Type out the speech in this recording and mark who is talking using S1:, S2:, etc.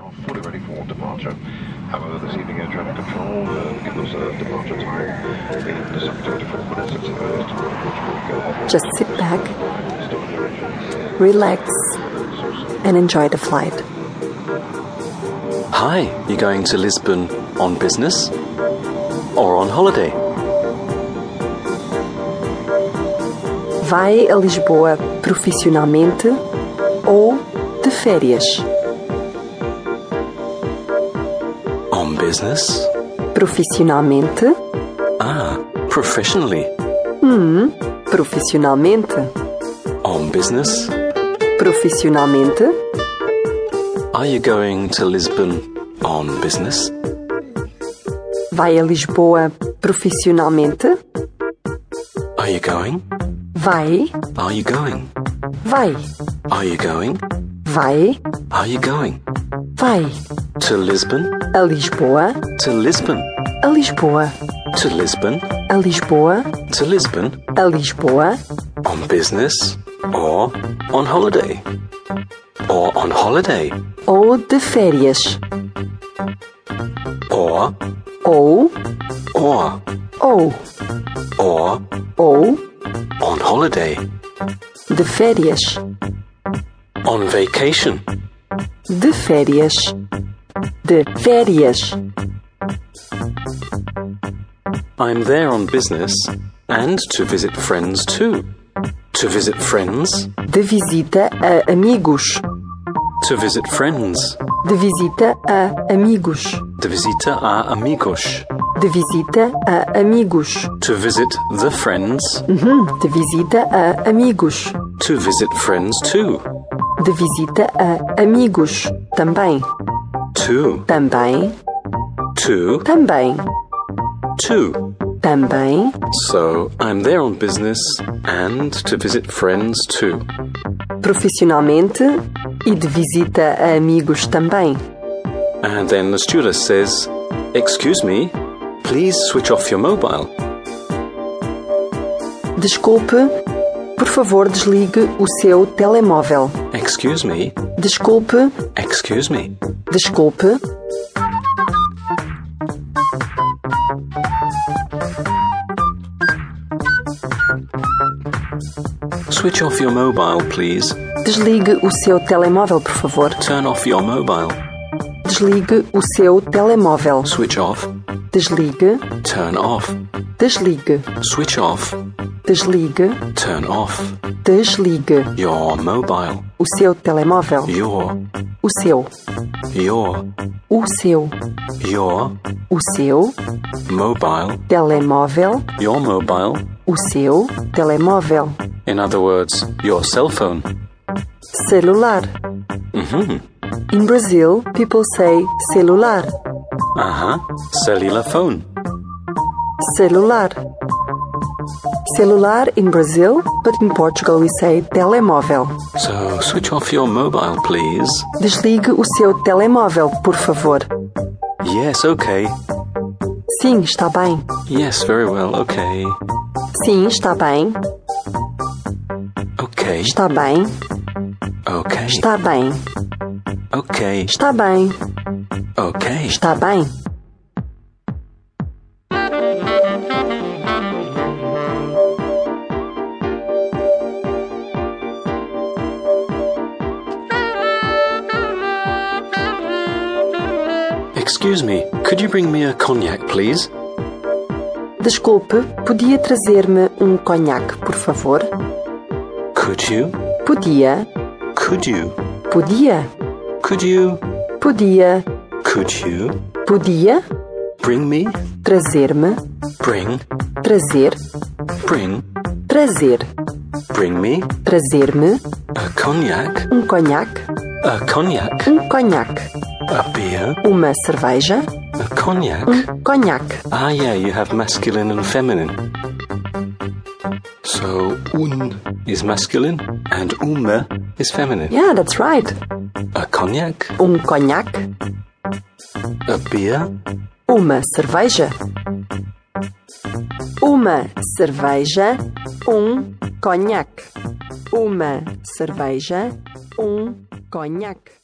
S1: are fully ready for departure. However, this evening air traffic control uh, give us a departure time in the sector to four minutes at the earliest, which will go ahead.
S2: Just sit back,
S1: Still in directions.
S2: relax,
S1: So, so.
S2: and enjoy the flight.
S3: Hi, you going to Lisbon on business or on holiday?
S2: Vai a Lisboa profissionalmente ou de férias?
S3: On business?
S2: Profissionalmente?
S3: Ah, professionally.
S2: Profissionalmente?
S3: On business?
S2: Profissionalmente?
S3: Are you going to Lisbon on business
S2: Vai a Lisboa profissionalmente?
S3: Are you going?
S2: Vai,
S3: Are you going?
S2: vai,
S3: Are you going?
S2: vai,
S3: Are you going?
S2: vai.
S3: To Lisbon?
S2: A Lisboa,
S3: To Lisbon?
S2: a Lisboa,
S3: To Lisbon?
S2: a Lisboa,
S3: To Lisbon?
S2: a Lisboa.
S3: On business? Or on holiday? Or on holiday?
S2: Ou de férias?
S3: Or,
S2: Ou,
S3: or,
S2: ou,
S3: or
S2: ou,
S3: on holiday?
S2: de férias,
S3: On vacation?
S2: de férias, de férias.
S3: I'm there on business and to visit friends too. To visit friends?
S2: de visita a amigos,
S3: To visit friends.
S2: de visita a amigos,
S3: De visita a amigos.
S2: de visita a amigos,
S3: To visit the friends.
S2: de visita a amigos,
S3: To visit friends too.
S2: de visita a amigos, também,
S3: To,
S2: também,
S3: to,
S2: também,
S3: to.
S2: também,
S3: So I'm there on business and to visit friends too.
S2: profissionalmente e de visita a amigos também.
S3: And then the stewardess says, Excuse me, please switch off your mobile.
S2: Desculpe, por favor desligue o seu telemóvel.
S3: Excuse me,
S2: Desculpe,
S3: excuse me.
S2: desculpe.
S3: Switch off your mobile, please.
S2: Desligue o seu telemóvel, por favor.
S3: Turn off your mobile.
S2: Desligue o seu telemóvel.
S3: Switch off.
S2: Desligue,
S3: Turn off.
S2: desligue,
S3: Switch off.
S2: desligue,
S3: Turn off
S2: desligue
S3: your mobile.
S2: o seu telemóvel,
S3: Your,
S2: o seu,
S3: your,
S2: o seu,
S3: your
S2: o seu
S3: mobile.
S2: telemóvel,
S3: Your mobile.
S2: o seu telemóvel,
S3: In other words, your cell phone.
S2: celular. In Brazil, people say celular,
S3: Uh huh. Cellular phone.
S2: celular. Celular in Brazil, but in Portugal we say telemóvel.
S3: So switch off your mobile, please.
S2: Desligue o seu telemóvel, por favor.
S3: Yes, okay.
S2: Sim, está bem.
S3: Yes, very well, okay.
S2: Sim, está bem.
S3: Okay,
S2: Está bem.
S3: okay,
S2: Está bem.
S3: okay,
S2: Está bem.
S3: okay.
S2: Está bem.
S3: Excuse me, could you bring me a cognac, please?
S2: Desculpe, podia trazer-me um conhaque, por favor?
S3: Could you?
S2: Podia,
S3: Could you?
S2: podia,
S3: Could you?
S2: podia,
S3: Could you?
S2: podia
S3: Bring me?
S2: trazer-me,
S3: Bring,
S2: trazer,
S3: bring,
S2: trazer,
S3: bring me
S2: trazer-me
S3: a cognac,
S2: um conhaque,
S3: a cognac,
S2: um conhaque,
S3: a beer,
S2: uma cerveja,
S3: a cognac.
S2: um conhaque.
S3: Ah, yeah, you have masculine and feminine. So, un is masculine and uma is feminine.
S2: Yeah, that's right.
S3: A cognac,
S2: Um conhaque,
S3: a beer,
S2: uma cerveja. Uma cerveja, um conhaque. Uma cerveja, um conhaque.